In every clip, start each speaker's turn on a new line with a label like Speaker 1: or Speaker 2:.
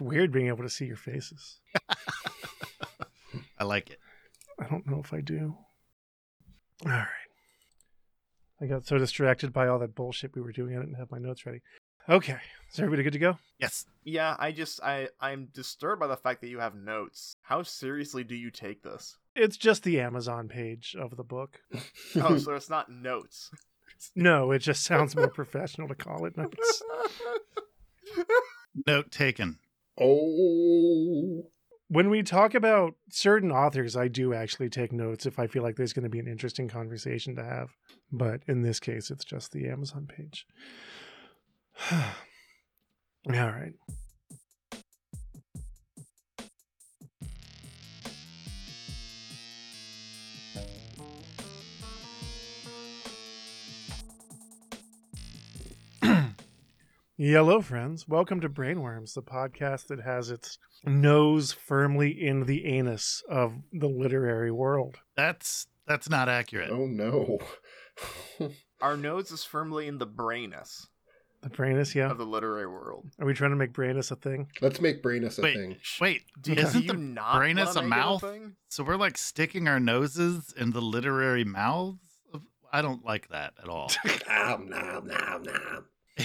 Speaker 1: weird being able to see your faces.
Speaker 2: I like it.
Speaker 1: I don't know if I do. All right. I got so distracted by all that bullshit we were doing. I didn't have my notes ready. Okay. Is everybody good to go?
Speaker 2: Yes.
Speaker 3: Yeah, I just I I'm disturbed by the fact that you have notes. How seriously do you take this?
Speaker 1: It's just the Amazon page of the book.
Speaker 3: Oh, so it's not notes.
Speaker 1: No, it just sounds more professional to call it notes.
Speaker 2: Note taken.
Speaker 4: Oh.
Speaker 1: When we talk about certain authors, I do actually take notes if I feel like there's going to be an interesting conversation to have. But in this case, it's just the Amazon page. All right. Hello, friends. Welcome to Brainworms, the podcast that has its nose firmly in the anus of the literary world.
Speaker 2: That's that's not accurate.
Speaker 4: Oh no.
Speaker 3: Our nose is firmly in the brainness
Speaker 1: The Brainus, yeah.
Speaker 3: of the literary world.
Speaker 1: Are we trying to make Brainus a thing?
Speaker 4: Let's make Brainus a
Speaker 2: Wait.
Speaker 4: thing.
Speaker 2: Wait,
Speaker 3: Do,
Speaker 2: isn't
Speaker 3: do you
Speaker 2: the
Speaker 3: not
Speaker 2: brainness
Speaker 3: wanna
Speaker 2: a
Speaker 3: make it
Speaker 2: mouth?
Speaker 3: thing?
Speaker 2: so we're like sticking our noses in the literary mouths? Of, I don't like that at all.
Speaker 4: Nom, nom, nom, nom.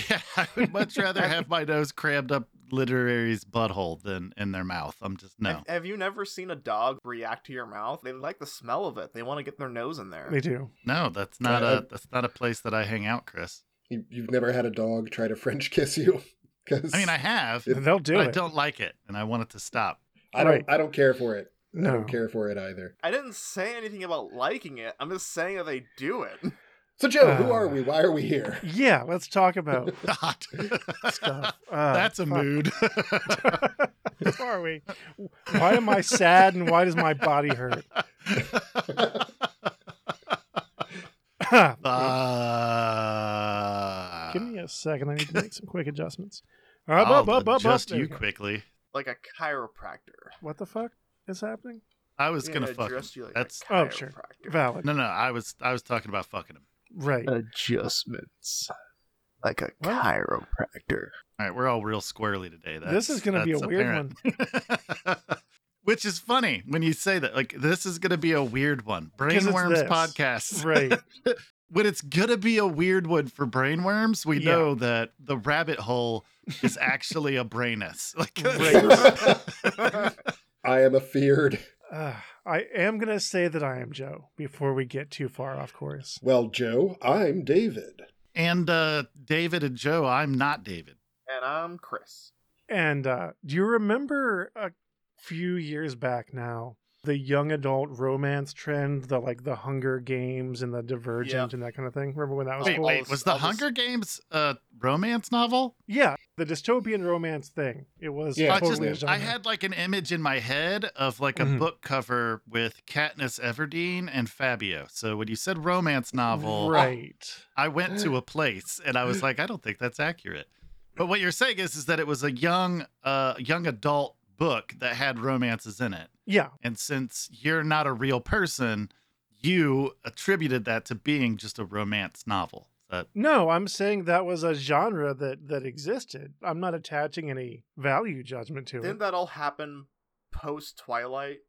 Speaker 2: yeah, I would much rather have my nose crammed up literary's butthole than in their mouth. I'm just no.
Speaker 3: Have, have you never seen a dog react to your mouth? They like the smell of it. They want to get their nose in there.
Speaker 1: They do.
Speaker 2: No, that's not
Speaker 4: I- I-
Speaker 2: a that's not a place that I hang out, Chris.
Speaker 4: You, you've never had a dog try to French kiss you? Because
Speaker 2: I mean, I have,
Speaker 4: It-
Speaker 1: And they'll do
Speaker 2: but I
Speaker 1: it.
Speaker 2: don't like it, and I want it to stop.
Speaker 4: I don't.
Speaker 1: Right.
Speaker 4: I don't care for it. I
Speaker 1: no.
Speaker 4: don't care for it either.
Speaker 3: I didn't say anything about liking it. I'm just saying that they do it.
Speaker 4: So Joe, who
Speaker 1: Uh,
Speaker 4: are we? Why are we here?
Speaker 1: Yeah, let's talk about
Speaker 2: God.
Speaker 1: stuff.
Speaker 2: That's a
Speaker 1: move.
Speaker 2: mood.
Speaker 1: Who are we? Why am I sad and why does my body hurt?
Speaker 2: Uh,
Speaker 1: Give me a second. I need to make some quick adjustments. Uh, Up,
Speaker 2: I'll
Speaker 1: up, up, up,
Speaker 2: adjust
Speaker 1: up.
Speaker 2: you
Speaker 1: There we go.
Speaker 2: quickly.
Speaker 3: Like a chiropractor.
Speaker 1: What the fuck is happening?
Speaker 2: I was
Speaker 3: Yeah,
Speaker 2: gonna fuck. Him.
Speaker 3: address you like
Speaker 2: That's-
Speaker 3: a
Speaker 1: Oh, sure.
Speaker 3: chiropractor.
Speaker 1: Valid.
Speaker 2: No, no. I was I was talking about fucking him.
Speaker 1: Right.
Speaker 3: Adjustments. Like a
Speaker 1: What?
Speaker 3: chiropractor.
Speaker 2: All right, we're all real squirrely today. That's,
Speaker 1: This is gonna be
Speaker 2: that's
Speaker 1: a weird
Speaker 2: one. Which is funny when you say that. Like this is gonna be a weird one.
Speaker 1: it's
Speaker 2: Brainworms
Speaker 1: this.
Speaker 2: podcast.
Speaker 1: Right.
Speaker 2: when it's gonna be a weird one for brainworms, we
Speaker 1: Yeah.
Speaker 2: know that the rabbit hole is actually a brainus. Like
Speaker 4: I am afeared.
Speaker 1: Uh, I am going to say that I am Joe before we get too far off course.
Speaker 4: Well, Joe, I'm David.
Speaker 2: and uh David and Joe, I'm not David.
Speaker 3: And I'm Chris.
Speaker 1: And uh, do you remember a few years back now the young adult romance trend, the like the Hunger Games and the Divergent and that kind of thing? Remember when that was
Speaker 2: Wait,
Speaker 1: cool?
Speaker 2: wait, was the
Speaker 3: I'll just-
Speaker 2: Hunger Games a romance novel?
Speaker 1: Yeah, the dystopian romance thing. It was
Speaker 4: Yeah,
Speaker 2: I just
Speaker 1: totally a genre.
Speaker 2: I had like an image in my head of like a
Speaker 1: Mhm.
Speaker 2: book cover with Katniss Everdeen and Fabio. So when you said romance novel,
Speaker 1: right.
Speaker 2: I went to a place and I was like, I don't think that's accurate. But what you're saying is, is that it was a young, uh, young adult book that had romances in it.
Speaker 1: Yeah,
Speaker 2: And since you're not a real person, you attributed that to being just a romance novel. But
Speaker 1: no, I'm saying that was a genre that that existed. I'm not attaching any value judgment to
Speaker 3: Didn't
Speaker 1: it.
Speaker 3: that all happen post Twilight?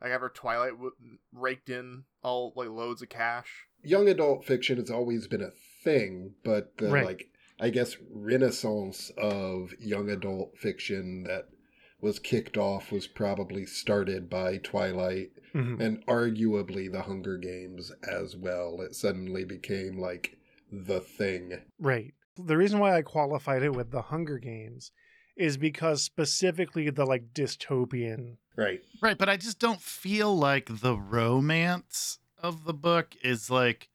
Speaker 3: Like after Twilight w- raked in all like loads of cash.
Speaker 4: Young adult fiction has always been a thing, but the
Speaker 1: Right.
Speaker 4: like I guess renaissance of young adult fiction that was kicked off was probably started by Twilight
Speaker 1: Mhm.
Speaker 4: and arguably the Hunger Games as well. It suddenly became like the thing.
Speaker 1: Right. The reason why I qualified it with the Hunger Games is because specifically the like dystopian.
Speaker 4: Right.
Speaker 2: right, but I just don't feel like the romance of the book is like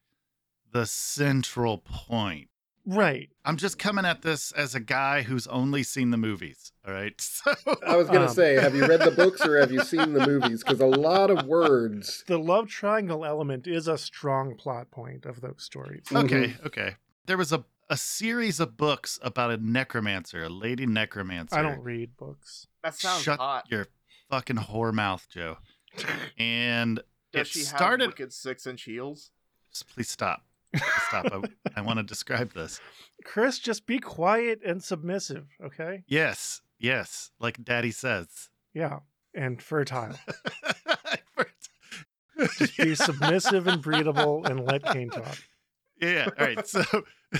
Speaker 2: the central point.
Speaker 1: Right.
Speaker 2: I'm just coming at this as a guy who's only seen the movies. All right. So
Speaker 4: I was going to
Speaker 1: Um.
Speaker 4: say, have you read the books or have you seen the movies? Because a lot of words.
Speaker 1: The love triangle element is a strong plot point of those stories.
Speaker 2: Okay,
Speaker 1: Mm-hmm.
Speaker 2: okay. There was a a series of books about a necromancer, a lady necromancer.
Speaker 1: I don't read books.
Speaker 3: That sounds
Speaker 2: Shut
Speaker 3: hot.
Speaker 2: your fucking whore mouth, Joe. And
Speaker 3: Does
Speaker 2: it
Speaker 3: she have
Speaker 2: started.
Speaker 3: wicked six inch heels?
Speaker 2: Just Please stop. Please stop. I, I want to describe this.
Speaker 1: Chris, just be quiet and submissive, okay?
Speaker 2: Yes. Yes, like Daddy says.
Speaker 1: Yeah. And fertile.
Speaker 2: Just
Speaker 1: Be submissive and breedable and let Kane talk.
Speaker 2: Yeah. All right. So,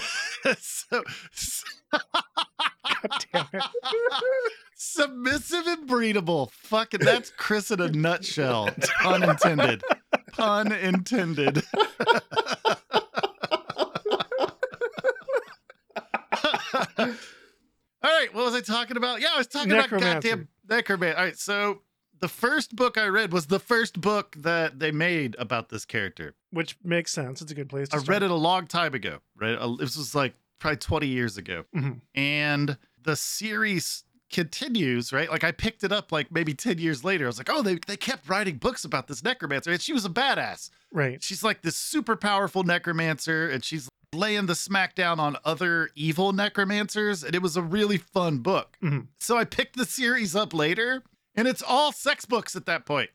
Speaker 2: so, so
Speaker 1: God damn it.
Speaker 2: submissive and breedable. Fucking that's Chris in a nutshell. Pun intended. Pun intended. All right, what was I talking about? Yeah, I was talking about
Speaker 1: Necromancer.
Speaker 2: goddamn necromancer. All right, so the first book I read was the first book that they made about this character.
Speaker 1: Which makes sense. It's a good place to
Speaker 2: I
Speaker 1: start.
Speaker 2: read it a long time ago, right? Uh, This was like probably 20 years ago.
Speaker 1: Mhm.
Speaker 2: And the series continues, right? Like I picked it up like maybe 10 years later. I was like, oh, they, they kept writing books about this necromancer. And she was a badass.
Speaker 1: Right.
Speaker 2: She's like this super powerful necromancer and she's laying the smackdown on other evil necromancers. And it was a really fun book.
Speaker 1: Mhm.
Speaker 2: So I picked the series up later and it's all sex books at that point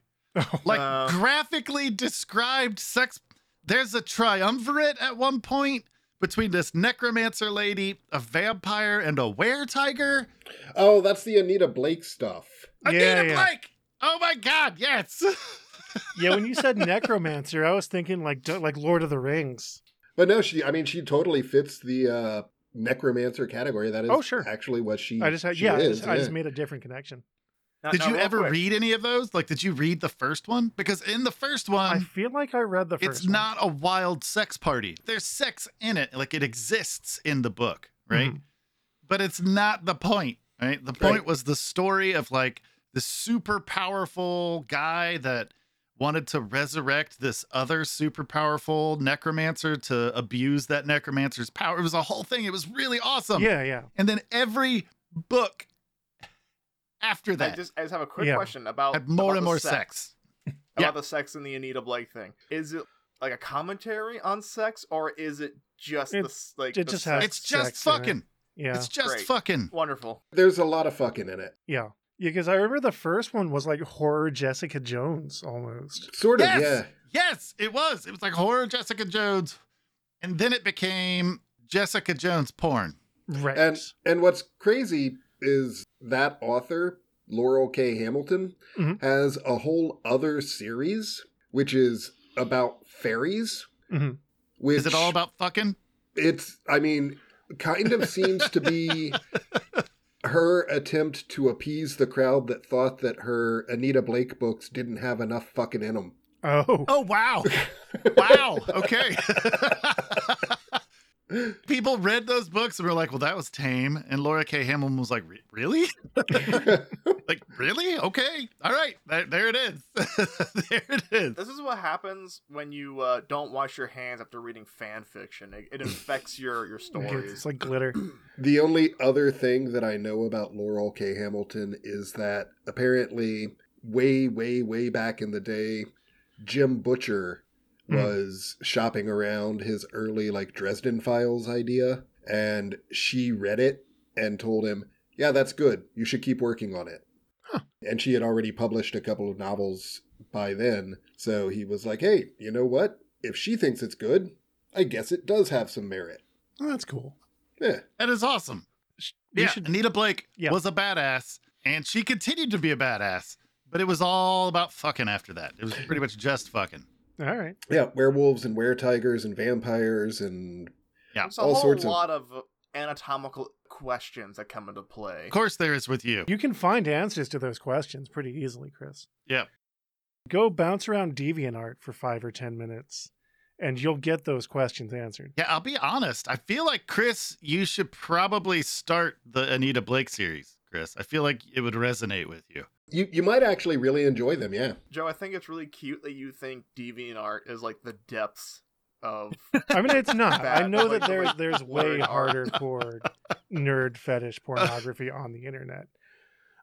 Speaker 2: like
Speaker 3: Uh.
Speaker 2: graphically described sex. There's a triumvirate at one point between this necromancer lady, a vampire, and a were tiger.
Speaker 4: Oh, that's the Anita Blake stuff.
Speaker 2: Anita
Speaker 1: Yeah, yeah.
Speaker 2: Blake! Oh my god, yes!
Speaker 1: Yeah, when you said necromancer, I was thinking like like Lord of the Rings.
Speaker 4: But no, she. I mean, she totally fits the uh, necromancer category. That is,
Speaker 1: Oh, sure.
Speaker 4: actually what she.
Speaker 1: I just had,
Speaker 4: she
Speaker 1: yeah, I
Speaker 4: is,
Speaker 1: just, I just
Speaker 4: yeah.
Speaker 1: made a different connection.
Speaker 3: Now-
Speaker 2: did
Speaker 3: Uh, now
Speaker 2: you
Speaker 3: real
Speaker 2: ever
Speaker 3: quick,
Speaker 2: read any of those? Like, did you read the first one? Because in the first
Speaker 1: I
Speaker 2: one,
Speaker 1: feel like I read the first.
Speaker 2: Um, it's
Speaker 1: one.
Speaker 2: not a wild sex party. There's sex in it, like it exists in the book, right?
Speaker 1: Mm-hmm.
Speaker 2: But it's not the point, right? The point
Speaker 4: Right.
Speaker 2: was the story of like the super powerful guy that wanted to resurrect this other super powerful necromancer to abuse that necromancer's power. It was a whole thing. It was really awesome.
Speaker 1: Yeah, yeah.
Speaker 2: And then every book after
Speaker 3: I
Speaker 2: that
Speaker 3: just, I just have a quick
Speaker 1: Yeah.
Speaker 3: question about
Speaker 2: had more
Speaker 3: about
Speaker 2: and
Speaker 3: the
Speaker 2: more
Speaker 3: sex,
Speaker 2: sex.
Speaker 3: about
Speaker 2: Yeah.
Speaker 3: the sex in the Anita Blake thing. Is it like a commentary on sex, or is it just the
Speaker 1: It-
Speaker 3: s like
Speaker 1: it
Speaker 3: the
Speaker 1: just
Speaker 3: sex?
Speaker 1: has-
Speaker 2: It's just
Speaker 1: sex in it.
Speaker 2: fucking.
Speaker 1: Yeah.
Speaker 2: It's just
Speaker 3: Great.
Speaker 2: fucking.
Speaker 3: wonderful?
Speaker 4: There's a lot of fucking in it.
Speaker 1: yeah. Yeah, because I remember the first one was like horror Jessica Jones almost.
Speaker 4: Sort of.
Speaker 2: Yes!
Speaker 4: Yeah.
Speaker 2: Yes, it was. It was like horror Jessica Jones. And then it became Jessica Jones porn.
Speaker 1: Right.
Speaker 4: And and what's crazy is that author Laurel K. Hamilton
Speaker 2: Mm-hmm.
Speaker 1: Mhm.
Speaker 4: has a whole other series which is about fairies.
Speaker 1: Mhm.
Speaker 4: Which
Speaker 2: Mm-hmm. Is it all about fucking?
Speaker 4: It's. I mean, kind of seems to be her attempt to appease the crowd that thought that her Anita Blake books didn't have enough fucking in them.
Speaker 1: oh.
Speaker 2: Oh, wow. wow. Okay. People read those books and were like, well, that was tame. And Laura K. Hamilton was like, "Re- really? Like, really? Okay. All right. There, there it is. there it is.
Speaker 3: This is what happens when you uh, don't wash your hands after reading fan fiction. It, it infects your your
Speaker 1: It's
Speaker 3: stories.
Speaker 1: like glitter.
Speaker 4: The only other thing that I know about Laurel K. Hamilton is that apparently, way, way, way back in the day, Jim Butcher
Speaker 1: Hmm.
Speaker 4: was shopping around his early, like, Dresden Files idea, and she read it and told him, Yeah, that's good. You should keep working on it. And she had already published a couple of novels by then, so he was like, Hey, you know what? If she thinks it's good, I guess it does have some merit. Eh.
Speaker 1: Oh, that's cool.
Speaker 4: Yeah.
Speaker 2: That is awesome.
Speaker 1: Sh- You
Speaker 2: Yeah,
Speaker 1: should
Speaker 2: Anita Blake
Speaker 1: Yeah.
Speaker 2: was a badass, and she continued to be a badass. But it was all about fucking after that. It was pretty much just fucking.
Speaker 1: All right.
Speaker 4: Yeah, werewolves and were tigers and vampires and
Speaker 3: There's a
Speaker 4: all
Speaker 3: whole
Speaker 4: sorts of-
Speaker 3: lot of... anatomical questions that come into play.
Speaker 2: Of course, there is with you.
Speaker 1: You can find answers to those questions pretty easily, Chris.
Speaker 2: Yeah.
Speaker 1: Go bounce around DeviantArt for five or ten minutes, and you'll get those questions answered.
Speaker 2: Yeah, I'll be honest. I feel like Chris, you should probably start the Anita Blake series, Chris. I feel like it would resonate with you.
Speaker 4: you you might actually really enjoy them, yeah.
Speaker 3: Joe, I think it's really cute that you think DeviantArt is like the depths of
Speaker 1: I mean, it's not. I
Speaker 3: Bad,
Speaker 1: know
Speaker 3: like,
Speaker 1: that there's
Speaker 3: like,
Speaker 1: there's way
Speaker 3: blurred art.
Speaker 1: harder core nerd fetish pornography on the internet.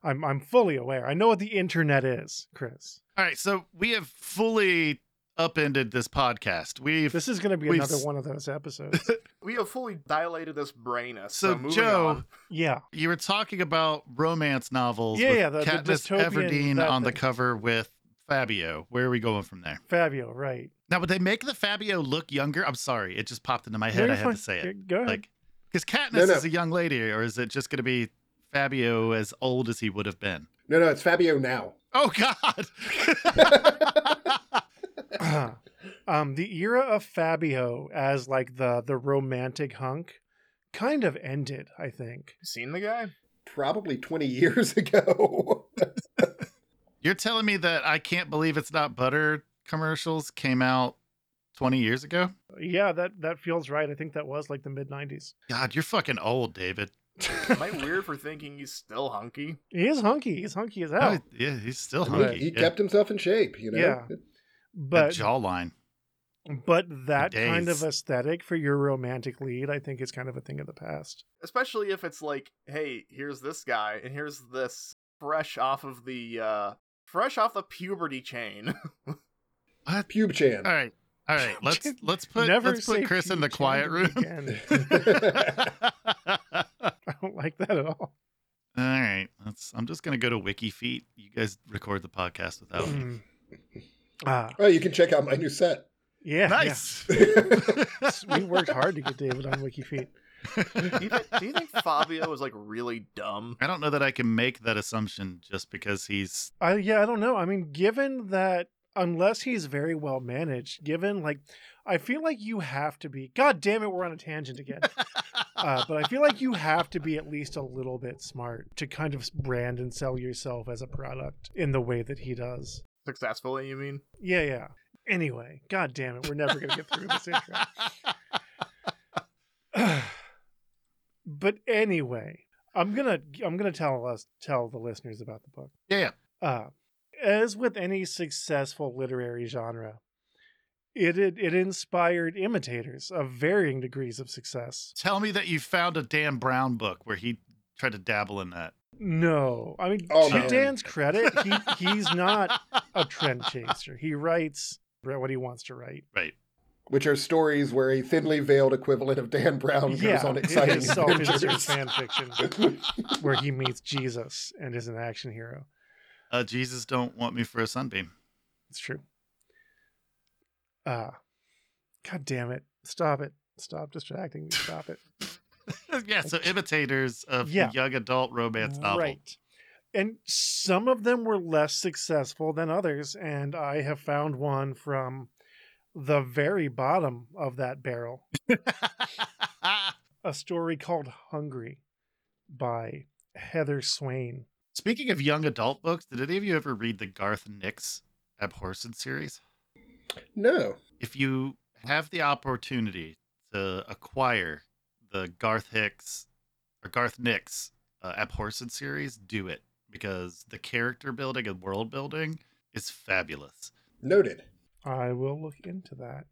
Speaker 1: I'm I'm fully aware. I know what the internet is, Chris.
Speaker 2: All right, so we have fully upended this podcast. We've
Speaker 1: This is going to be
Speaker 2: We've
Speaker 1: another
Speaker 2: s-
Speaker 1: one of those episodes.
Speaker 3: we have fully dilated this brainus.
Speaker 2: So,
Speaker 3: So, moving
Speaker 2: Joe-
Speaker 3: on.
Speaker 1: Yeah,
Speaker 2: you were talking about romance novels.
Speaker 1: Yeah,
Speaker 2: with
Speaker 1: yeah, the- the
Speaker 2: Katniss
Speaker 1: dystopian-
Speaker 2: Everdeen
Speaker 1: that
Speaker 2: on the
Speaker 1: thing.
Speaker 2: cover with Fabio. Where are we going from there?
Speaker 1: Fabio, right?
Speaker 2: Now, would they make the Fabio look younger? I'm sorry, it just popped into my head.
Speaker 1: No,
Speaker 2: I
Speaker 1: you're
Speaker 2: had
Speaker 1: fine.
Speaker 2: to say it.
Speaker 1: Go ahead.
Speaker 2: Like, because Katniss
Speaker 4: No, no.
Speaker 2: is a young lady, or is it just going to be Fabio as old as he would have been.
Speaker 4: No, no, it's Fabio now.
Speaker 2: Oh God.
Speaker 1: um, the era of Fabio as like the the romantic hunk kind of ended, I think.
Speaker 3: Seen the guy?
Speaker 4: Probably 20 years ago.
Speaker 2: You're telling me that I can't believe it's not butter commercials came out 20 years ago?
Speaker 1: Yeah, that that feels right. I think that was like the mid 90s.
Speaker 2: God, you're fucking old, David.
Speaker 3: Am I weird for thinking he's still hunky?
Speaker 1: He is hunky. He's hunky as hell.
Speaker 2: Oh, yeah, he's still
Speaker 4: But
Speaker 2: hungry.
Speaker 4: he
Speaker 2: yeah.
Speaker 4: kept himself in shape, you know?
Speaker 1: Yeah.
Speaker 2: that
Speaker 1: But
Speaker 2: jawline.
Speaker 1: but that kind of
Speaker 2: Days.
Speaker 1: aesthetic for your romantic lead, I think is kind of a thing of the past.
Speaker 3: Especially if it's like, hey, here's this guy and here's this fresh off of the uh fresh off the puberty chain.
Speaker 4: Pube Chan.
Speaker 2: All right. All right. Let's let's put
Speaker 1: Never
Speaker 2: let's put
Speaker 1: say
Speaker 2: Chris in the
Speaker 1: Peach and
Speaker 2: quiet room.
Speaker 1: again. I don't like that at all.
Speaker 2: All right. Let's I'm just gonna go to Wiki Feet. You guys record the podcast without me.
Speaker 1: Mm. Ah,
Speaker 4: Oh, you can check out my new set.
Speaker 1: yeah.
Speaker 2: Nice.
Speaker 1: yeah. We worked hard to get David on Wiki Feet.
Speaker 3: do, you, thi- do you think Fabio is like really dumb?
Speaker 2: I don't know that I can make that assumption just because he's
Speaker 1: I yeah, I don't know. I mean, given that unless he's very well managed, given like I feel like you have to be God damn it, we're on a tangent again. uh, but I feel like you have to be at least a little bit smart to kind of brand and sell yourself as a product in the way that he does.
Speaker 3: Successfully, you mean?
Speaker 1: Yeah, yeah. Anyway, god damn it, we're never gonna get through this intro. but anyway, I'm gonna I'm gonna tell us tell the listeners about the book.
Speaker 2: Yeah.
Speaker 1: Uh, as with any successful literary genre, it, it it inspired imitators of varying degrees of success.
Speaker 2: Tell me that you found a Dan Brown book where he tried to dabble in that.
Speaker 1: No, I mean
Speaker 4: Oh,
Speaker 1: to
Speaker 4: no.
Speaker 1: Dan's credit, he, he's not a trend chaser. He writes what he wants to write.
Speaker 2: Right.
Speaker 4: which are stories where a thinly veiled equivalent of Dan Brown goes
Speaker 1: yeah,
Speaker 4: on
Speaker 1: it
Speaker 4: exciting
Speaker 1: is self-insert
Speaker 4: adventures.
Speaker 1: fan fiction where he meets Jesus and is an action hero.
Speaker 2: Uh, Jesus don't want me for a sunbeam.
Speaker 1: It's true. Uh God damn it. Stop it. Stop distracting me. Stop it.
Speaker 2: yeah, so imitators of
Speaker 1: Yeah.
Speaker 2: the young adult romance novel.
Speaker 1: Right. And some of them were less successful than others, and I have found one from the very bottom of that barrel. A story called Hungry by Heather Swain.
Speaker 2: Speaking of young adult books, did any of you ever read the Garth Nix Abhorson series?
Speaker 4: No.
Speaker 2: If you have the opportunity to acquire the Garth Hicks or Garth Nix uh, Abhorson series, do it because the character building and world building is fabulous.
Speaker 4: Noted.
Speaker 1: I will look into that.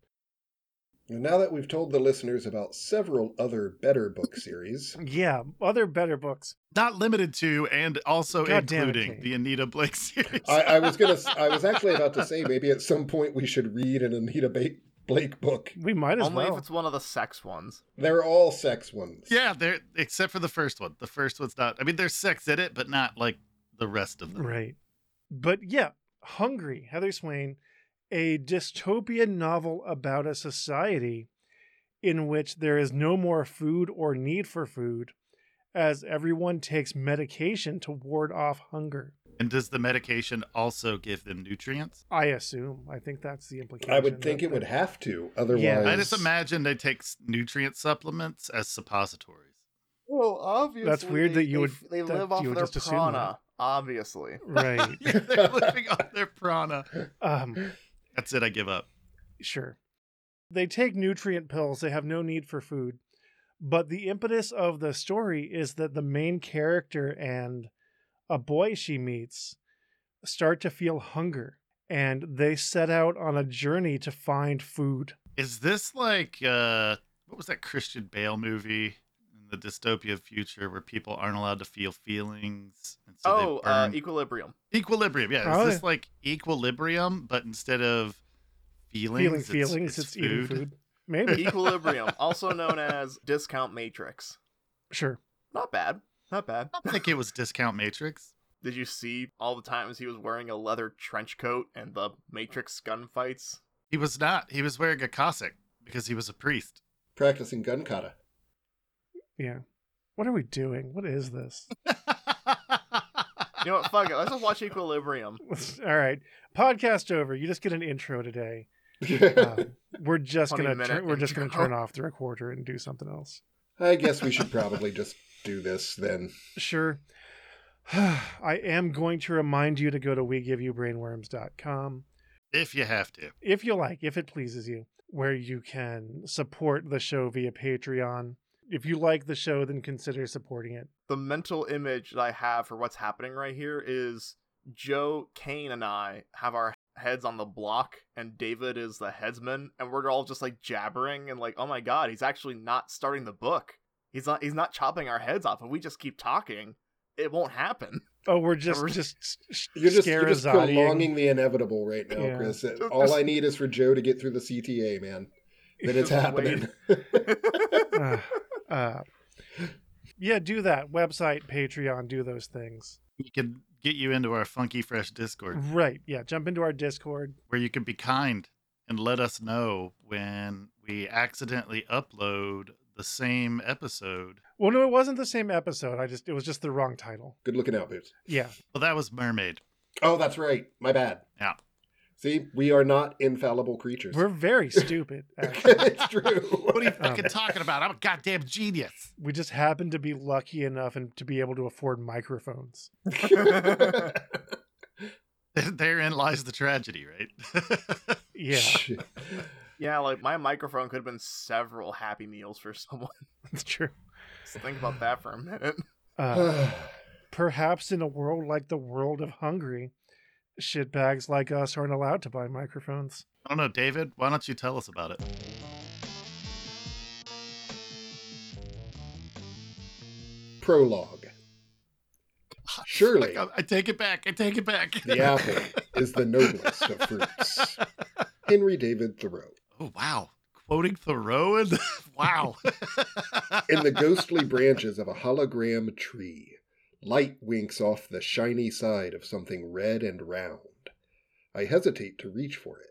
Speaker 4: And now that we've told the listeners about several other better book series,
Speaker 1: Yeah, other better books.
Speaker 2: Not limited to and also
Speaker 1: God damn it,
Speaker 2: including
Speaker 1: Kane.
Speaker 2: the Anita Blake series.
Speaker 4: I, I was gonna, I was actually about to say maybe at some point we should read an Anita ba- Blake book.
Speaker 1: We might as
Speaker 3: Only
Speaker 1: well.
Speaker 3: if it's one of the sex ones.
Speaker 4: They're all sex ones.
Speaker 2: Yeah, they're except for the first one. The first one's not. I mean, there's sex in it, but not like the rest of them.
Speaker 1: Right. But yeah, Hungry, Heather Swain, a dystopian novel about a society in which there is no more food or need for food as everyone takes medication to ward off hunger.
Speaker 2: And does the medication also give them nutrients?
Speaker 1: I assume. I think that's the implication.
Speaker 4: I would think
Speaker 1: that-
Speaker 4: it would
Speaker 1: that-
Speaker 4: have to. Otherwise,
Speaker 2: I just imagine they take s- nutrient supplements as suppositories.
Speaker 3: Well, obviously,
Speaker 1: That's weird that you would-
Speaker 3: f- They
Speaker 1: that
Speaker 3: live off
Speaker 1: you would
Speaker 3: their
Speaker 1: just assume that.
Speaker 3: prana, obviously.
Speaker 1: Right.
Speaker 2: Yeah, they're living off their prana.
Speaker 1: Um,
Speaker 2: That's it. I give up.
Speaker 1: sure. They take nutrient pills, they have no need for food. But the impetus of the story is that the main character and a boy she meets start to feel hunger and they set out on a journey to find food.
Speaker 2: Is this like uh what was that Christian Bale movie in the dystopia future where people aren't allowed to feel feelings? And so they
Speaker 3: oh, uh,
Speaker 2: burn-
Speaker 3: equilibrium.
Speaker 2: equilibrium. Yeah,
Speaker 1: Oh,
Speaker 2: is
Speaker 1: yeah.
Speaker 2: this like equilibrium, but instead of
Speaker 1: Feeling
Speaker 2: feelings,
Speaker 1: feelings, it's, eating food. Maybe.
Speaker 3: equilibrium, also known as discount matrix.
Speaker 1: sure.
Speaker 3: Not bad. Not bad.
Speaker 2: I don't think it was Discount Matrix.
Speaker 3: Did you see all the times he was wearing a leather trench coat and the Matrix gunfights?
Speaker 2: He was not. He was wearing a cassock because he was a priest.
Speaker 4: practicing gun kata.
Speaker 1: Yeah. What are we doing? What is this?
Speaker 3: You know what? Fuck it. Let's just watch Equilibrium.
Speaker 1: All right, podcast over. You just get an intro today. Uh, we're just
Speaker 3: 20
Speaker 1: gonna
Speaker 3: minute
Speaker 1: turn, we're just gonna
Speaker 3: intro.
Speaker 1: turn off the recorder and do something else.
Speaker 4: I guess we should probably just do this then.
Speaker 1: Sure. I am going to remind you to go to wegiveyoubrainworms.com.
Speaker 2: if you have to.
Speaker 1: if you like, if it pleases you, where you can support the show via Patreon. If you like the show, then consider supporting it.
Speaker 3: The mental image that I have for what's happening right here is Joe, Kane, and I have our heads on the block, and David is the headsman, and we're all just like jabbering and like, oh my god, he's actually not starting the book. He's not. He's not chopping our heads off. If we just keep talking, it won't happen.
Speaker 1: Oh, we're just
Speaker 3: Or-
Speaker 1: just s- s-
Speaker 4: You're just, you're just
Speaker 1: scarazodying.
Speaker 4: prolonging the inevitable right now,
Speaker 1: Yeah.
Speaker 4: Chris.
Speaker 3: Just-
Speaker 4: All I need is for Joe to get through the CTA, man. Then it's
Speaker 3: Just
Speaker 4: happening.
Speaker 1: Uh, uh, yeah, do that. Website, Patreon, do those things.
Speaker 2: We can get you into our funky fresh Discord
Speaker 1: Right. Yeah. Jump into our Discord.
Speaker 2: where you can be kind and let us know when we accidentally upload the same episode.
Speaker 1: Well, no, it wasn't the same episode. I just it was just the wrong title.
Speaker 4: Good looking out, Boots.
Speaker 1: Yeah.
Speaker 2: Well, that was Mermaid.
Speaker 4: Oh, that's right. My bad.
Speaker 2: Yeah.
Speaker 4: See, we are not infallible creatures.
Speaker 1: We're very stupid. Actually.
Speaker 4: it's true.
Speaker 2: What are you fucking talking about? I'm a goddamn genius.
Speaker 1: we just happened to be lucky enough and to be able to afford microphones.
Speaker 2: Therein lies the tragedy, right?
Speaker 1: Yeah.
Speaker 3: yeah, like my microphone could have been several Happy Meals for someone.
Speaker 1: That's true.
Speaker 3: So think about that for a minute.
Speaker 1: Uh, perhaps in a world like the world of Hungary, shitbags like us aren't allowed to buy microphones.
Speaker 2: I don't know, David. Why don't you tell us about it?
Speaker 4: Prologue. Surely
Speaker 2: I, I take it back. I take it back.
Speaker 4: the apple is the noblest of fruits. Henry David Thoreau.
Speaker 2: Oh wow! Quoting Thoreau and wow.
Speaker 4: In the ghostly branches of a hologram tree, light winks off the shiny side of something red and round. I hesitate to reach for it.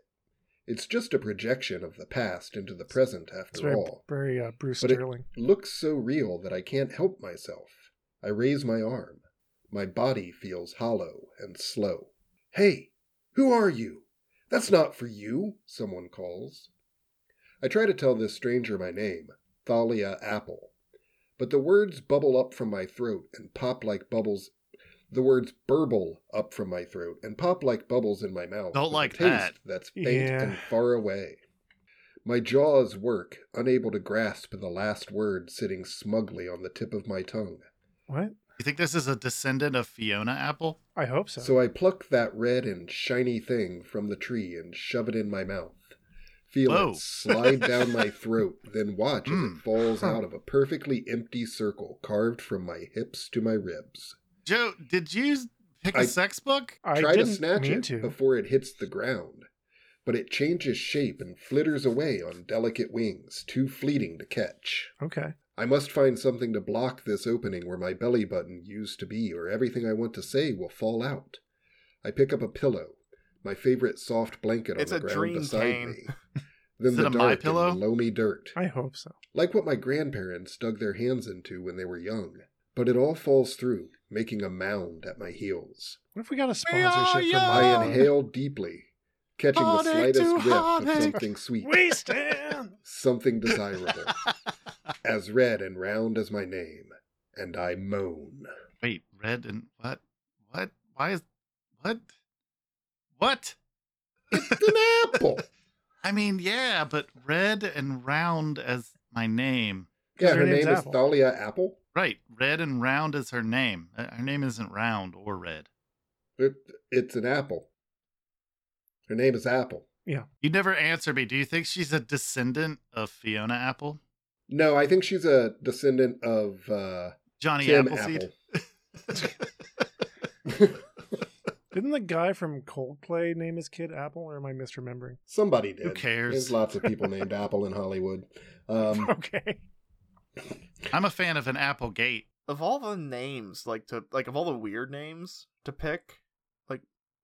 Speaker 4: It's just a projection of the past into the present,
Speaker 1: It's
Speaker 4: after
Speaker 1: very,
Speaker 4: all.
Speaker 1: very uh, Bruce
Speaker 4: But it-
Speaker 1: Sterling.
Speaker 4: looks so real that I can't help myself. I raise my arm. My body feels hollow and slow. Hey, who are you? That's not for you, someone calls. I try to tell this stranger my name, Thalia Apple, but the words bubble up from my throat and pop like bubbles. The words burble up from my throat and pop like bubbles in my mouth.
Speaker 2: Don't
Speaker 4: with a
Speaker 2: like
Speaker 4: taste
Speaker 2: that.
Speaker 4: That's faint
Speaker 1: Yeah.
Speaker 4: and far away. My jaws work, unable to grasp the last word sitting smugly on the tip of my tongue.
Speaker 1: What?
Speaker 2: You think this is a descendant of Fiona Apple?
Speaker 1: I hope so.
Speaker 4: So I pluck that red and shiny thing from the tree and shove it in my mouth. Feel
Speaker 2: Whoa.
Speaker 4: it slide down my throat, then watch as
Speaker 2: Mm.
Speaker 4: it falls
Speaker 1: Hmm. Huh.
Speaker 4: out of a perfectly empty circle carved from my hips to my ribs.
Speaker 2: Joe, did you pick a
Speaker 4: I-
Speaker 2: sex book?
Speaker 1: I
Speaker 4: Try to
Speaker 1: didn't
Speaker 4: snatch
Speaker 1: mean
Speaker 4: it
Speaker 1: to.
Speaker 4: before it hits the ground, but it changes shape and flitters away on delicate wings, too fleeting to catch.
Speaker 1: Okay.
Speaker 4: I must find something to block this opening where my belly button used to be, or everything I want to say will fall out. I pick up a pillow, my favorite soft blanket
Speaker 3: It's
Speaker 4: on
Speaker 3: a
Speaker 4: the ground
Speaker 3: dream,
Speaker 4: beside
Speaker 3: Kane.
Speaker 4: me.
Speaker 2: Is
Speaker 4: Then
Speaker 2: it
Speaker 4: the
Speaker 2: a
Speaker 4: dark
Speaker 2: my pillow?
Speaker 4: and loamy dirt,
Speaker 1: I hope so.
Speaker 4: like what my grandparents dug their hands into when they were young. But it all falls through, making a mound at my heels.
Speaker 1: What if we got a
Speaker 2: We are
Speaker 1: sponsorship from
Speaker 2: young.
Speaker 4: I
Speaker 2: Oh.
Speaker 4: inhale deeply, catching the
Speaker 2: Heartache
Speaker 4: slightest
Speaker 2: to
Speaker 4: whiff of
Speaker 2: heartache.
Speaker 4: something sweet,
Speaker 1: We stand.
Speaker 4: something desirable, as red and round as my name, and I moan.
Speaker 2: Wait, red and what? What? Why is what? What?
Speaker 4: an apple.
Speaker 2: I mean, yeah, but red and round as my name.
Speaker 4: Yeah,
Speaker 1: her
Speaker 4: her
Speaker 1: name's
Speaker 4: name is
Speaker 1: Apple.
Speaker 4: Thalia Apple.
Speaker 2: Right, red and round is her name. Uh, Her name isn't round or red.
Speaker 4: It, it's an apple. Her name is Apple.
Speaker 2: You never answer me. Do you think she's a descendant of Fiona Apple?
Speaker 4: No, I think she's a descendant of uh,
Speaker 2: Johnny
Speaker 4: Tim
Speaker 2: Appleseed?
Speaker 4: Apple.
Speaker 1: Didn't the guy from Coldplay name his kid Apple, or am I misremembering?
Speaker 4: Somebody did.
Speaker 2: cares?
Speaker 4: There's lots of people named Apple in Hollywood. Um,
Speaker 1: Okay.
Speaker 2: I'm a fan of an Apple Gate.
Speaker 3: of all the names, like to like of all the weird names to pick, like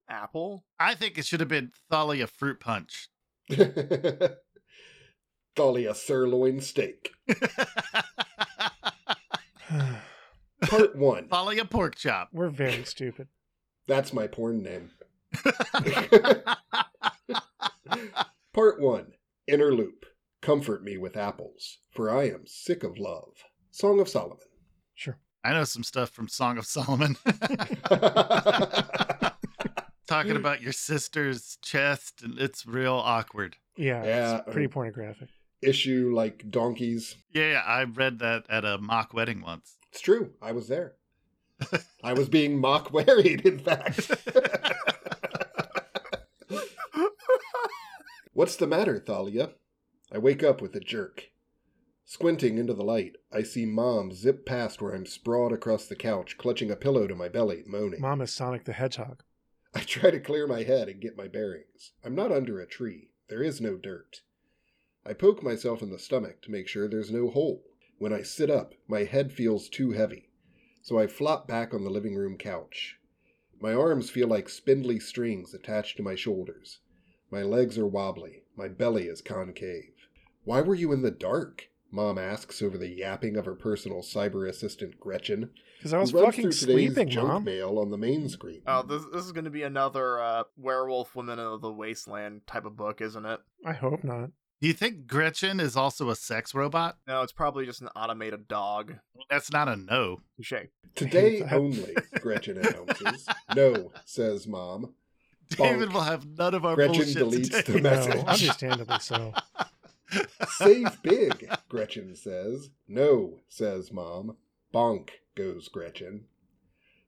Speaker 3: Apple.
Speaker 2: I think it should have been Thalia Fruit Punch.
Speaker 4: Thalia sirloin steak. Part one.
Speaker 2: Thalia Pork Chop.
Speaker 1: We're very stupid.
Speaker 4: That's my porn name. Part 1 Inner Loop Comfort Me with Apples, for I am sick of love. Song of Solomon.
Speaker 1: Sure.
Speaker 2: I know some stuff from Song of Solomon.
Speaker 4: Mm.
Speaker 2: Talking about your sister's chest, and it's real awkward.
Speaker 1: Yeah.
Speaker 4: Yeah,
Speaker 1: It's pretty
Speaker 4: um,
Speaker 1: pornographic.
Speaker 4: Issue like donkeys.
Speaker 2: Yeah, yeah, I read that at a mock wedding once.
Speaker 4: It's true. I was there. I was being mock married, in fact. What's the matter, Thalia? I wake up with a jerk. Squinting into the light, I see Mom zip past where I'm sprawled across the couch, clutching a pillow to my belly, moaning.
Speaker 1: Mom is Sonic the Hedgehog.
Speaker 4: I try to clear my head and get my bearings. I'm not under a tree. There is no dirt. I poke myself in the stomach to make sure there's no hole. When I sit up, my head feels too heavy, so I flop back on the living room couch. My arms feel like spindly strings attached to my shoulders. My legs are wobbly. My belly is concave. Why were you in the dark? Mom asks over the yapping of her personal cyber assistant Gretchen.
Speaker 1: Because I was
Speaker 4: who runs
Speaker 1: fucking
Speaker 4: through today's
Speaker 1: sleeping,
Speaker 4: junk
Speaker 1: Mom.
Speaker 4: mail on the main screen.
Speaker 3: Oh, this this is going to be another uh, werewolf women of the wasteland type of book, isn't it?
Speaker 1: I hope not.
Speaker 2: Do you think Gretchen is also a sex robot?
Speaker 3: No, it's probably just an automated dog.
Speaker 2: That's not a no.
Speaker 3: Touche.
Speaker 4: Today
Speaker 1: that.
Speaker 4: only, Gretchen announces. No, says Mom.
Speaker 2: David
Speaker 4: Bonk.
Speaker 2: will have none of our
Speaker 4: Gretchen
Speaker 2: bullshit
Speaker 4: deletes
Speaker 2: today.
Speaker 4: the message.
Speaker 1: No, understandably so.
Speaker 4: Save big, Gretchen says. No, says Mom. Bonk, goes Gretchen.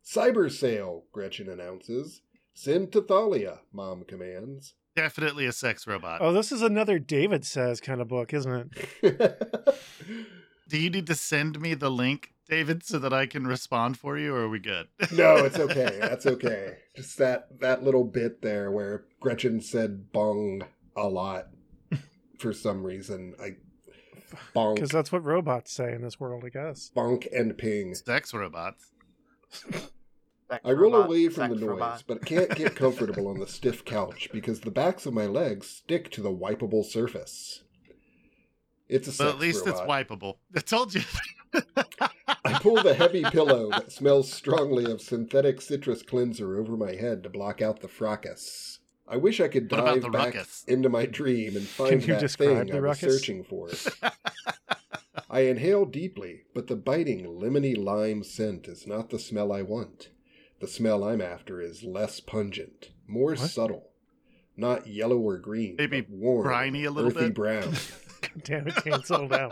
Speaker 4: Cyber sale, Gretchen announces. Send to Thalia, Mom commands.
Speaker 2: Definitely a sex robot.
Speaker 1: Oh, this is another David says kind of book, isn't it?
Speaker 2: Do you need to send me the link, David, so that I can respond for you, or are we good?
Speaker 4: no, it's okay. That's okay. Just that that little bit there where Gretchen said bong a lot for some reason. I
Speaker 1: Because
Speaker 4: bonk,
Speaker 1: that's what robots say in this world, I guess.
Speaker 4: bonk and ping.
Speaker 2: sex robots.
Speaker 3: Sex
Speaker 4: I roll
Speaker 3: robot,
Speaker 4: away from
Speaker 3: sex
Speaker 4: the noise,
Speaker 3: robot.
Speaker 4: but can't get comfortable on the stiff couch because the backs of my legs stick to the wipeable surface. It's a
Speaker 2: But
Speaker 4: sex
Speaker 2: at least
Speaker 4: robot.
Speaker 2: it's wipeable. I told you.
Speaker 4: I pull the heavy pillow that smells strongly of synthetic citrus cleanser over my head to block out the fracas. I wish I could
Speaker 2: What about the
Speaker 4: dive back
Speaker 2: ruckus?
Speaker 4: into my dream and find
Speaker 1: Can you
Speaker 4: that
Speaker 1: describe
Speaker 4: thing
Speaker 1: the
Speaker 4: I was
Speaker 1: ruckus?
Speaker 4: searching for. I inhale deeply, but the biting lemony lime scent is not the smell I want. The smell I'm after is less pungent, more
Speaker 1: What?
Speaker 4: subtle, not yellow or green,
Speaker 2: Maybe
Speaker 4: but warm,
Speaker 2: briny a little
Speaker 4: earthy
Speaker 2: bit?
Speaker 4: brown.
Speaker 1: Damn it, Kane, settle down.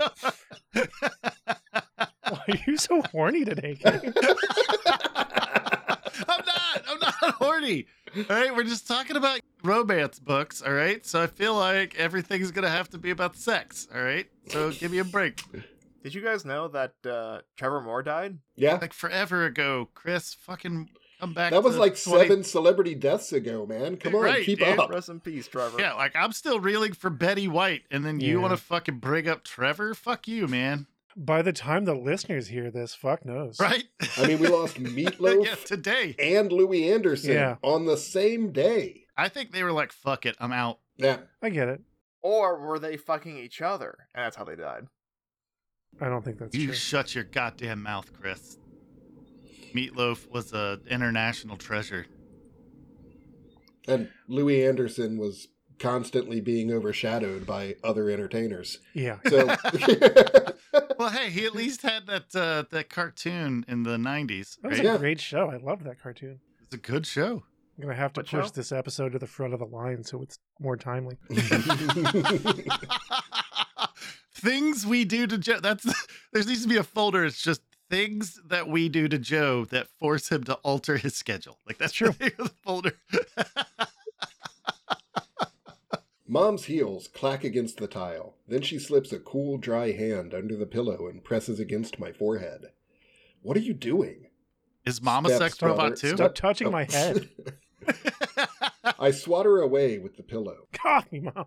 Speaker 1: Why are you so horny today, Kane?
Speaker 2: I'm not. I'm not horny. All right, we're just talking about romance books. All right, so I feel like everything's gonna have to be about sex. All right, so give me a break.
Speaker 3: Did you guys know that uh, Trevor Moore died?
Speaker 4: yeah,
Speaker 2: Like forever ago, Chris, fucking come back.
Speaker 4: that was
Speaker 2: to
Speaker 4: like
Speaker 2: 20
Speaker 4: seven celebrity deaths ago, man. Come on,
Speaker 2: Right,
Speaker 4: keep
Speaker 2: dude.
Speaker 4: up.
Speaker 3: Rest in peace, Trevor.
Speaker 2: Yeah, like I'm still reeling for Betty White, and then you
Speaker 1: Yeah.
Speaker 2: want to fucking bring up Trevor? Fuck you, man.
Speaker 1: By the time the listeners hear this, fuck knows.
Speaker 2: Right?
Speaker 4: I mean, we lost Meatloaf
Speaker 2: yeah, today.
Speaker 4: and Louis Anderson
Speaker 1: Yeah.
Speaker 4: on the same day.
Speaker 2: I think they were like, "Fuck it, I'm out."
Speaker 4: Yeah,
Speaker 1: I get it.
Speaker 3: Or were they fucking each other? And that's how they died.
Speaker 1: I don't think that's
Speaker 2: you
Speaker 1: true.
Speaker 2: shut your goddamn mouth, Chris. Meatloaf was a international treasure.
Speaker 4: and Louis Anderson was constantly being overshadowed by other entertainers.
Speaker 1: yeah.
Speaker 4: So,
Speaker 2: Well, hey, he at least had that uh, that cartoon in the '90s.
Speaker 1: That was
Speaker 2: Right?
Speaker 1: a
Speaker 4: Yeah.
Speaker 1: great show. I love that cartoon.
Speaker 2: It's a good show.
Speaker 1: I'm gonna have to
Speaker 3: What
Speaker 1: push
Speaker 3: show?
Speaker 1: this episode to the front of the line so it's more timely.
Speaker 2: things we do to Joe. That's there needs to be a folder. It's just things that we do to Joe that force him to alter his schedule. Like that's
Speaker 1: Sure.
Speaker 2: true. The name of the folder.
Speaker 4: Mom's heels clack against the tile. Then she slips a cool, dry hand under the pillow and presses against my forehead. What are you doing?
Speaker 2: Is Mom a
Speaker 4: Steps,
Speaker 2: sex
Speaker 4: brother.
Speaker 2: robot too?
Speaker 1: Stop touching my head.
Speaker 4: I swat her away with the pillow.
Speaker 1: God, me mom.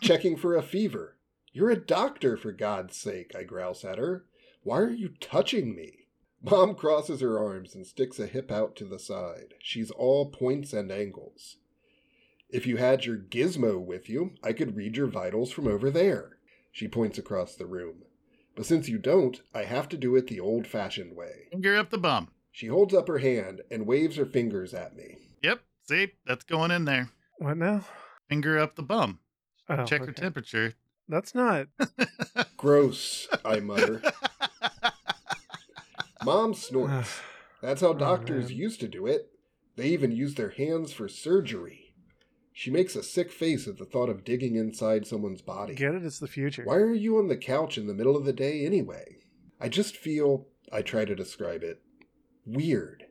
Speaker 4: checking for a fever. You're a doctor, for God's sake, I grouse at her. Why are you touching me? Mom crosses her arms and sticks a hip out to the side. She's all points and angles. If you had your gizmo with you, I could read your vitals from over there. She points across the room. But since you don't, I have to do it the old fashioned way.
Speaker 2: Finger up the bum.
Speaker 4: She holds up her hand and waves her fingers at me.
Speaker 2: Yep. See, that's going in there.
Speaker 1: What now?
Speaker 2: Finger up the bum.
Speaker 1: Oh,
Speaker 2: Check her
Speaker 1: okay.
Speaker 2: temperature.
Speaker 1: That's not.
Speaker 4: Gross, I mutter. Mom snorts. That's how doctors
Speaker 1: Oh, man.
Speaker 4: used to do it. They even used their hands for surgery. She makes a sick face at the thought of digging inside someone's body.
Speaker 1: Get it? It's the future.
Speaker 4: Why are you on the couch in the middle of the day anyway? I just feel, I try to describe it, weird,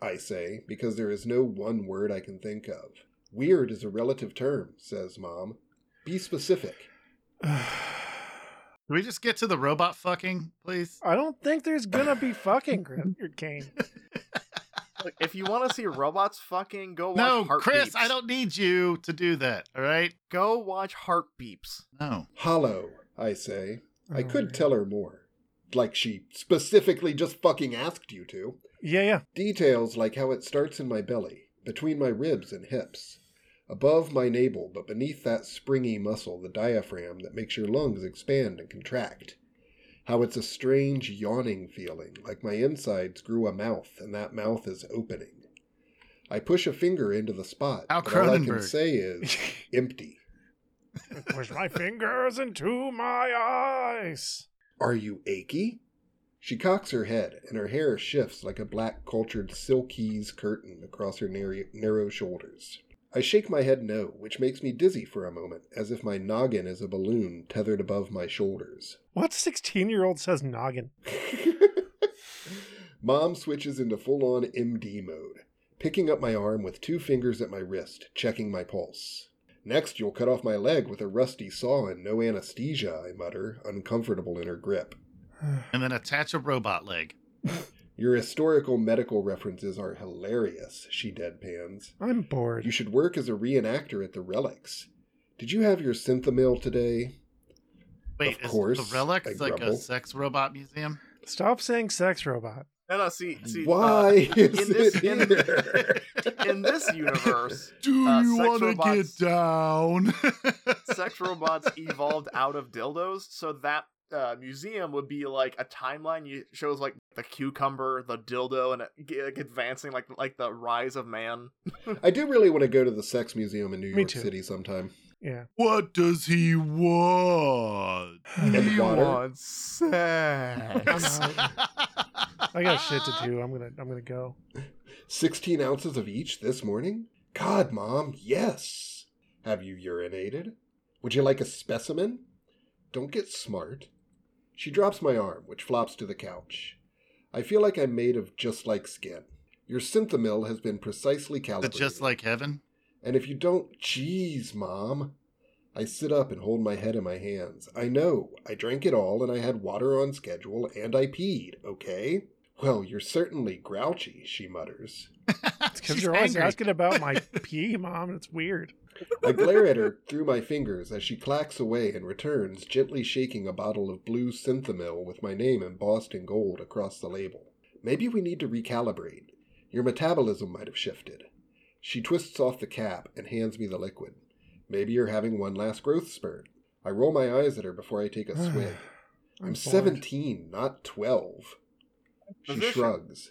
Speaker 4: I say, because there is no one word I can think of. Weird is a relative term, says Mom. Be specific.
Speaker 2: Can we just get to the robot fucking, please?
Speaker 1: I don't think there's gonna be fucking Grim- Kane.
Speaker 3: Look, if you want to see robots fucking, go watch
Speaker 2: No,
Speaker 3: Heart
Speaker 2: Chris,
Speaker 3: Beeps.
Speaker 2: I don't need you to do that. All right.
Speaker 3: Go watch Heart Beeps.
Speaker 2: No.
Speaker 4: Hollow, I say. I
Speaker 1: Oh,
Speaker 4: could
Speaker 1: man.
Speaker 4: tell her more. Like she specifically just fucking asked you to.
Speaker 1: Yeah, yeah.
Speaker 4: Details like how it starts in my belly, between my ribs and hips, above my navel, but beneath that springy muscle, the diaphragm, that makes your lungs expand and contract. How it's a strange yawning feeling, like my insides grew a mouth and that mouth is opening. I push a finger into the spot,
Speaker 2: Al
Speaker 4: but all I can
Speaker 2: Cronenberg.
Speaker 4: say is empty.
Speaker 1: Push my fingers into my eyes.
Speaker 4: Are you achy? She cocks her head, and her hair shifts like a black cultured silkies curtain across her narrow, narrow shoulders. I shake my head no, which makes me dizzy for a moment, as if my noggin is a balloon tethered above my shoulders.
Speaker 1: What sixteen-year-old says noggin?
Speaker 4: Mom switches into full on MD mode, picking up my arm with two fingers at my wrist, checking my pulse. Next, you'll cut off my leg with a rusty saw and no anesthesia, I mutter, uncomfortable in her grip.
Speaker 2: And then attach a robot leg.
Speaker 4: Your historical medical references are hilarious, she deadpans.
Speaker 1: I'm
Speaker 4: You
Speaker 1: bored.
Speaker 4: should work as a reenactor at the relics. Did you have your synthamil today?
Speaker 2: Wait,
Speaker 4: Of
Speaker 2: is
Speaker 4: course,
Speaker 2: the relic
Speaker 4: I
Speaker 2: like a
Speaker 4: grumble.
Speaker 2: sex robot museum?
Speaker 1: Stop saying sex robot.
Speaker 3: No, no, see, see uh,
Speaker 4: Why is
Speaker 3: in this-
Speaker 4: it
Speaker 3: in-
Speaker 4: here?
Speaker 3: in this universe,
Speaker 2: Do
Speaker 3: Uh, you sex wanna robots- get
Speaker 2: down?
Speaker 3: sex robots evolved out of dildos, so that uh, museum would be like a timeline. You shows like the cucumber, the dildo, and uh, g- like, advancing like like the rise of man.
Speaker 4: I do really want to go to the sex museum in New
Speaker 1: Me
Speaker 4: York
Speaker 1: too.
Speaker 4: City sometime.
Speaker 1: Yeah.
Speaker 2: what does he want?
Speaker 4: And
Speaker 3: He
Speaker 4: water.
Speaker 3: wants sex.
Speaker 1: I got shit
Speaker 2: Ah.
Speaker 1: to do. I'm gonna. I'm gonna go.
Speaker 4: 16 ounces of each this morning? God, Mom, yes. Have you urinated? Would you like a specimen? Don't get smart. She drops my arm, which flops to the couch. I feel like I'm made of just like skin. Your synthamil has been precisely
Speaker 2: The
Speaker 4: calibrated.
Speaker 2: just like heaven.
Speaker 4: And if you don't, jeez, Mom. I sit up and hold my head in my hands. I know. I drank it all and I had water on schedule and I peed, okay? Well, you're certainly grouchy, she mutters.
Speaker 1: It's because
Speaker 2: Ah, She's
Speaker 1: you're always
Speaker 2: angry.
Speaker 1: asking about my pee, mom. It's weird.
Speaker 4: I glare at her through my fingers as she clacks away and returns, gently shaking a bottle of blue synthamil with my name embossed in gold across the label. Maybe we need to recalibrate. Your metabolism might have shifted. She twists off the cap and hands me the liquid. Maybe you're having one last growth spurt. I roll my eyes at her before I take a swig. I'm
Speaker 1: bored.
Speaker 4: 17, not 12. She
Speaker 3: Position.
Speaker 4: shrugs.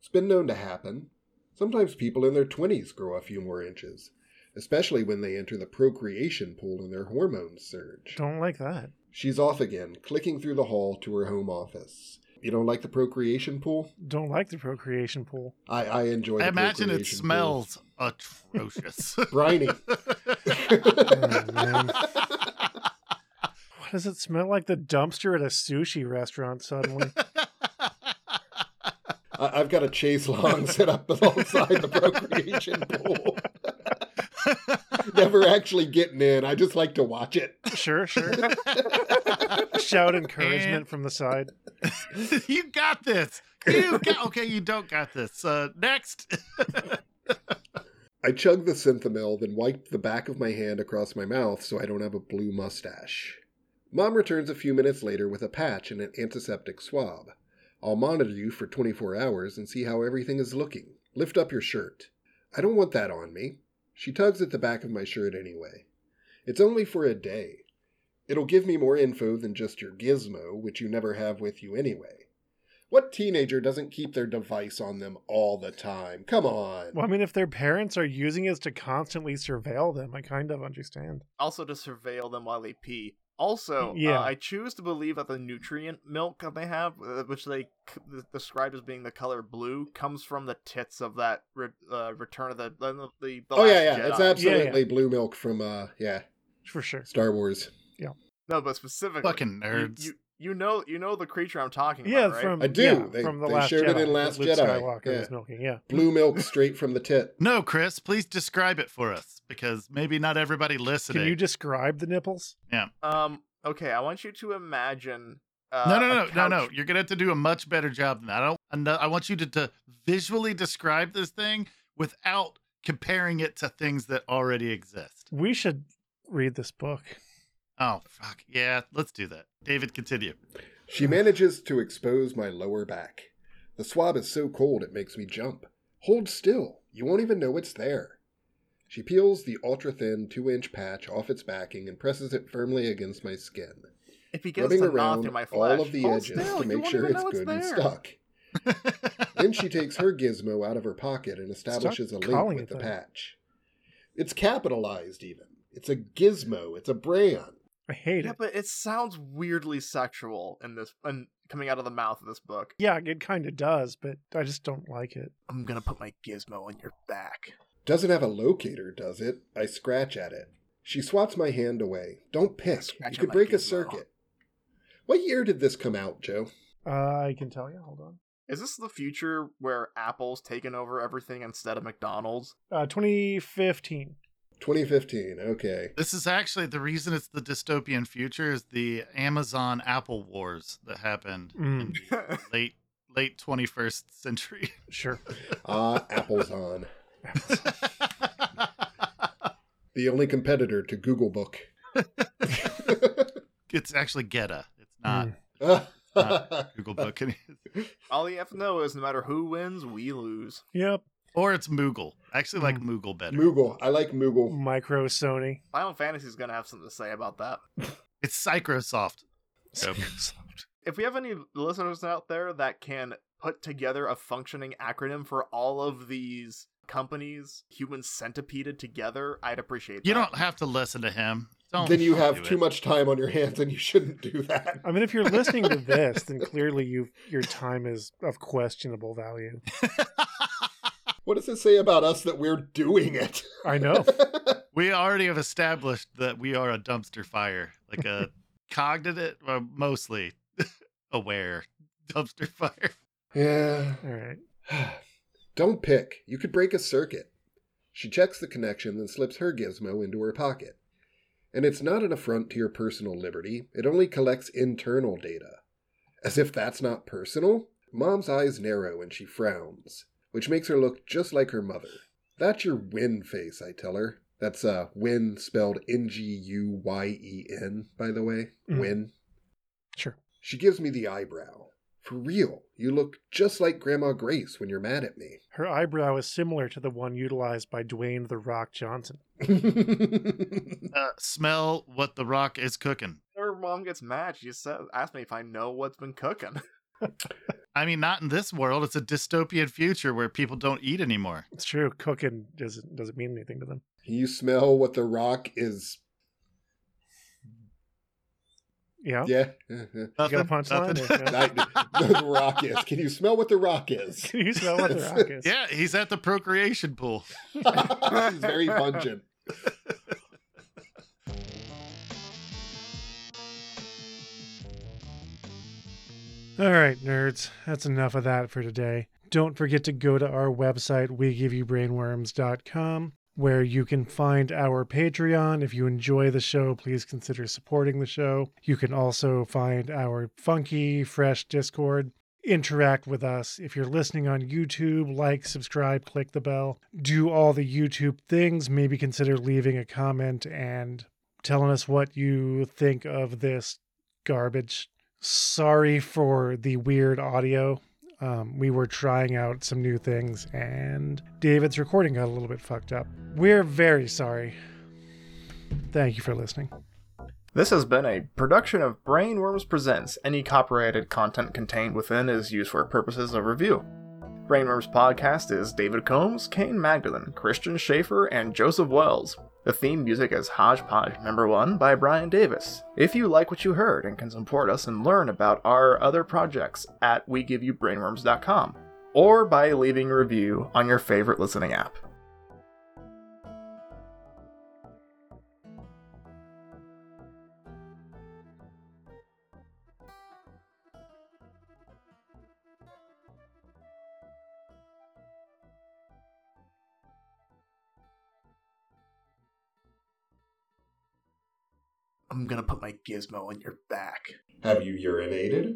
Speaker 4: It's been known to happen. Sometimes people in their 20s grow a few more inches, especially when they enter the procreation pool and their hormones surge.
Speaker 1: Don't like that.
Speaker 4: She's off again, clicking through the hall to her home office. You don't like the procreation pool?
Speaker 1: Don't like the procreation pool.
Speaker 4: I, I enjoy the
Speaker 2: I imagine it
Speaker 4: procreation pool.
Speaker 2: smells atrocious.
Speaker 4: briny.
Speaker 1: Oh, man. Why does it smell like the dumpster at a sushi restaurant suddenly?
Speaker 4: I, I've got a chase long set up alongside the procreation pool. Never actually getting in. I just like to watch it.
Speaker 1: sure, sure. Shout encouragement from the side.
Speaker 2: you got this. You got okay. You don't got this. Uh, next,
Speaker 4: I chug the synthamil, then wipe the back of my hand across my mouth so I don't have a blue mustache. Mom returns a few minutes later with a patch and an antiseptic swab. I'll monitor you for 24 hours and see how everything is looking. Lift up your shirt. I don't want that on me. She tugs at the back of my shirt anyway. It's only for a day. It'll give me more info than just your gizmo, which you never have with you anyway. What teenager doesn't keep their device on them all the time? Come on.
Speaker 1: Well, I mean, if their parents are using it to constantly surveil them, I kind of understand.
Speaker 3: Also, to surveil them while they pee. Also,
Speaker 1: Yeah.
Speaker 3: uh, I choose to believe that the nutrient milk that they have, uh, which they c- described as being the color blue, comes from the tits of that re- uh, Return of the the, the, the
Speaker 4: oh yeah,
Speaker 3: Last
Speaker 4: yeah.
Speaker 3: Jedi.
Speaker 4: It's absolutely blue milk from uh yeah,
Speaker 1: For sure.
Speaker 4: Star Wars.
Speaker 3: no, but specifically,
Speaker 2: Fucking
Speaker 3: you-
Speaker 2: nerds.
Speaker 3: You, you know, you know the creature I'm talking
Speaker 1: Yeah,
Speaker 3: about, right?
Speaker 1: from
Speaker 4: I do.
Speaker 1: yeah,
Speaker 4: They-
Speaker 1: from the
Speaker 4: they
Speaker 1: last
Speaker 4: shared it
Speaker 1: Jedi,
Speaker 4: in Last
Speaker 1: that Luke
Speaker 4: Jedi.
Speaker 1: Skywalker
Speaker 4: Yeah.
Speaker 1: was milking. Yeah,
Speaker 4: Blue milk straight from the tit.
Speaker 2: No, Chris, please describe it for us because maybe not everybody listening.
Speaker 1: can you describe the nipples?
Speaker 3: Um. Okay, I want you to imagine. Uh,
Speaker 2: no, no,
Speaker 3: a
Speaker 2: no, no, no.
Speaker 3: couch-
Speaker 2: You're gonna have to do a much better job than that. I don't. and, uh, I want you to, to visually describe this thing without comparing it to things that already exist.
Speaker 1: We should read this book.
Speaker 2: Oh fuck yeah, let's do that. David, continue.
Speaker 4: She manages to expose my lower back. The swab is so cold it makes me jump. Hold still, you won't even know it's there. She peels the ultra thin two inch patch off its backing and presses it firmly against my skin,
Speaker 3: It begins
Speaker 4: rubbing
Speaker 3: to gnaw
Speaker 4: around
Speaker 3: through my flesh.
Speaker 4: all of the
Speaker 3: Hold
Speaker 4: edges
Speaker 3: still,
Speaker 4: to
Speaker 3: you
Speaker 4: make
Speaker 3: won't
Speaker 4: sure
Speaker 3: even
Speaker 4: it's
Speaker 3: know
Speaker 4: good and
Speaker 3: there.
Speaker 4: stuck. Then she takes her gizmo out of her pocket and establishes a link
Speaker 1: calling
Speaker 4: with
Speaker 1: it
Speaker 4: the
Speaker 1: that.
Speaker 4: patch. It's capitalized even. It's a gizmo. It's a brand.
Speaker 1: I hate
Speaker 3: Yeah,
Speaker 1: it.
Speaker 3: but it sounds weirdly sexual in this, and coming out of the mouth of this book.
Speaker 1: Yeah, it kind of does, but I just don't like it.
Speaker 3: I'm gonna put my gizmo on your back.
Speaker 4: Doesn't have a locator, does it? I scratch at it. She swats my hand away. Don't piss.
Speaker 3: Scratch
Speaker 4: you
Speaker 3: at
Speaker 4: could
Speaker 3: my
Speaker 4: break a
Speaker 3: gizmo.
Speaker 4: circuit. What year did this come out, Joe?
Speaker 1: Uh, I can tell you. Hold on.
Speaker 3: Is this the future where Apple's taken over everything instead of McDonald's?
Speaker 1: Uh, 2015.
Speaker 4: 2015. Okay.
Speaker 2: This is actually the reason it's the dystopian future is the Amazon Apple Wars that happened
Speaker 1: Mm,
Speaker 2: late late 21st century.
Speaker 1: sure.
Speaker 4: Ah, Apple's on. The only competitor to Google Book.
Speaker 2: it's actually Geta. It's not
Speaker 4: Hmm.
Speaker 1: Mm.
Speaker 2: Google Book,
Speaker 3: All you have to know is no matter who wins, we lose.
Speaker 1: Yep.
Speaker 2: or it's Moogle. I actually
Speaker 4: Hmm.
Speaker 2: like Moogle better.
Speaker 4: Moogle. I like Moogle.
Speaker 1: Micro Sony.
Speaker 3: Final Fantasy's gonna have something to say about that.
Speaker 2: It's Psychrosoft. Yep.
Speaker 3: If we have any listeners out there that can put together a functioning acronym for all of these companies, humans centipeded together, I'd appreciate
Speaker 2: You
Speaker 3: that.
Speaker 2: don't have to listen to him. Don't
Speaker 4: Then you have
Speaker 2: do
Speaker 4: too
Speaker 2: it.
Speaker 4: much time on your hands and you shouldn't do that.
Speaker 1: I mean, if you're listening to this, then clearly you your time is of questionable value.
Speaker 4: What does it say about us that we're doing it?
Speaker 1: I
Speaker 2: Oh.
Speaker 1: know.
Speaker 2: We already have established that we are a dumpster fire, like a cognizant, well, mostly aware dumpster fire.
Speaker 4: yeah.
Speaker 1: All right.
Speaker 4: Don't pick. You could break a circuit. She checks the connection, then slips her gizmo into her pocket. And it's not an affront to your personal liberty, it only collects internal data. As if that's not personal? Mom's eyes narrow and she frowns, which makes her look just like her mother. That's your win face, I tell her. That's uh win spelled N G U Y E N, by the way.
Speaker 1: Mhm.
Speaker 4: Win.
Speaker 1: Sure.
Speaker 4: She gives me the eyebrow. For real, you look just like Grandma Grace when you're mad at me.
Speaker 1: Her eyebrow is similar to the one utilized by Dwayne the Rock Johnson.
Speaker 2: Uh, smell what the rock is cooking.
Speaker 3: Her mom gets mad. She just said, asked me if I know what's been cooking.
Speaker 2: I mean, not in this world. It's a dystopian future where people don't eat anymore.
Speaker 1: It's true. Cooking doesn't doesn't mean anything to them.
Speaker 4: you smell what the rock is.
Speaker 1: Yeah.
Speaker 4: Yeah.
Speaker 1: You got a
Speaker 2: Nothing.
Speaker 1: punchline? There you go.
Speaker 4: That- the rock is. Can you smell what the rock is?
Speaker 1: Can you smell what the rock is?
Speaker 2: Yeah, he's at the procreation pool.
Speaker 4: it's very pungent.
Speaker 1: All right, nerds, that's enough of that for today. Don't forget to go to our website, wegiveyoubrainworms.com, where you can find our Patreon. If you enjoy the show, please consider supporting the show. You can also find our funky, fresh Discord. Interact with us. If you're listening on YouTube, like, subscribe, click the bell, do all the YouTube things. Maybe consider leaving a comment and telling us what you think of this garbage sorry for the weird audio. Um, we were trying out some new things, and David's recording got a little bit fucked up. We're very sorry. Thank you for listening.
Speaker 3: This has been a production of Brainworms Presents. Any copyrighted content contained within is used for purposes of review. Brainworms Podcast is David Combs, Kane Magdalen, Christian Schaefer, and Joseph Wells. The theme music is Hodgepodge Number 1 by Brian Davis. If you like what you heard and can support us and learn about our other projects at WeGiveYouBrainworms.com or by leaving a review on your favorite listening app. I'm gonna put my gizmo on your back.
Speaker 4: Have you urinated?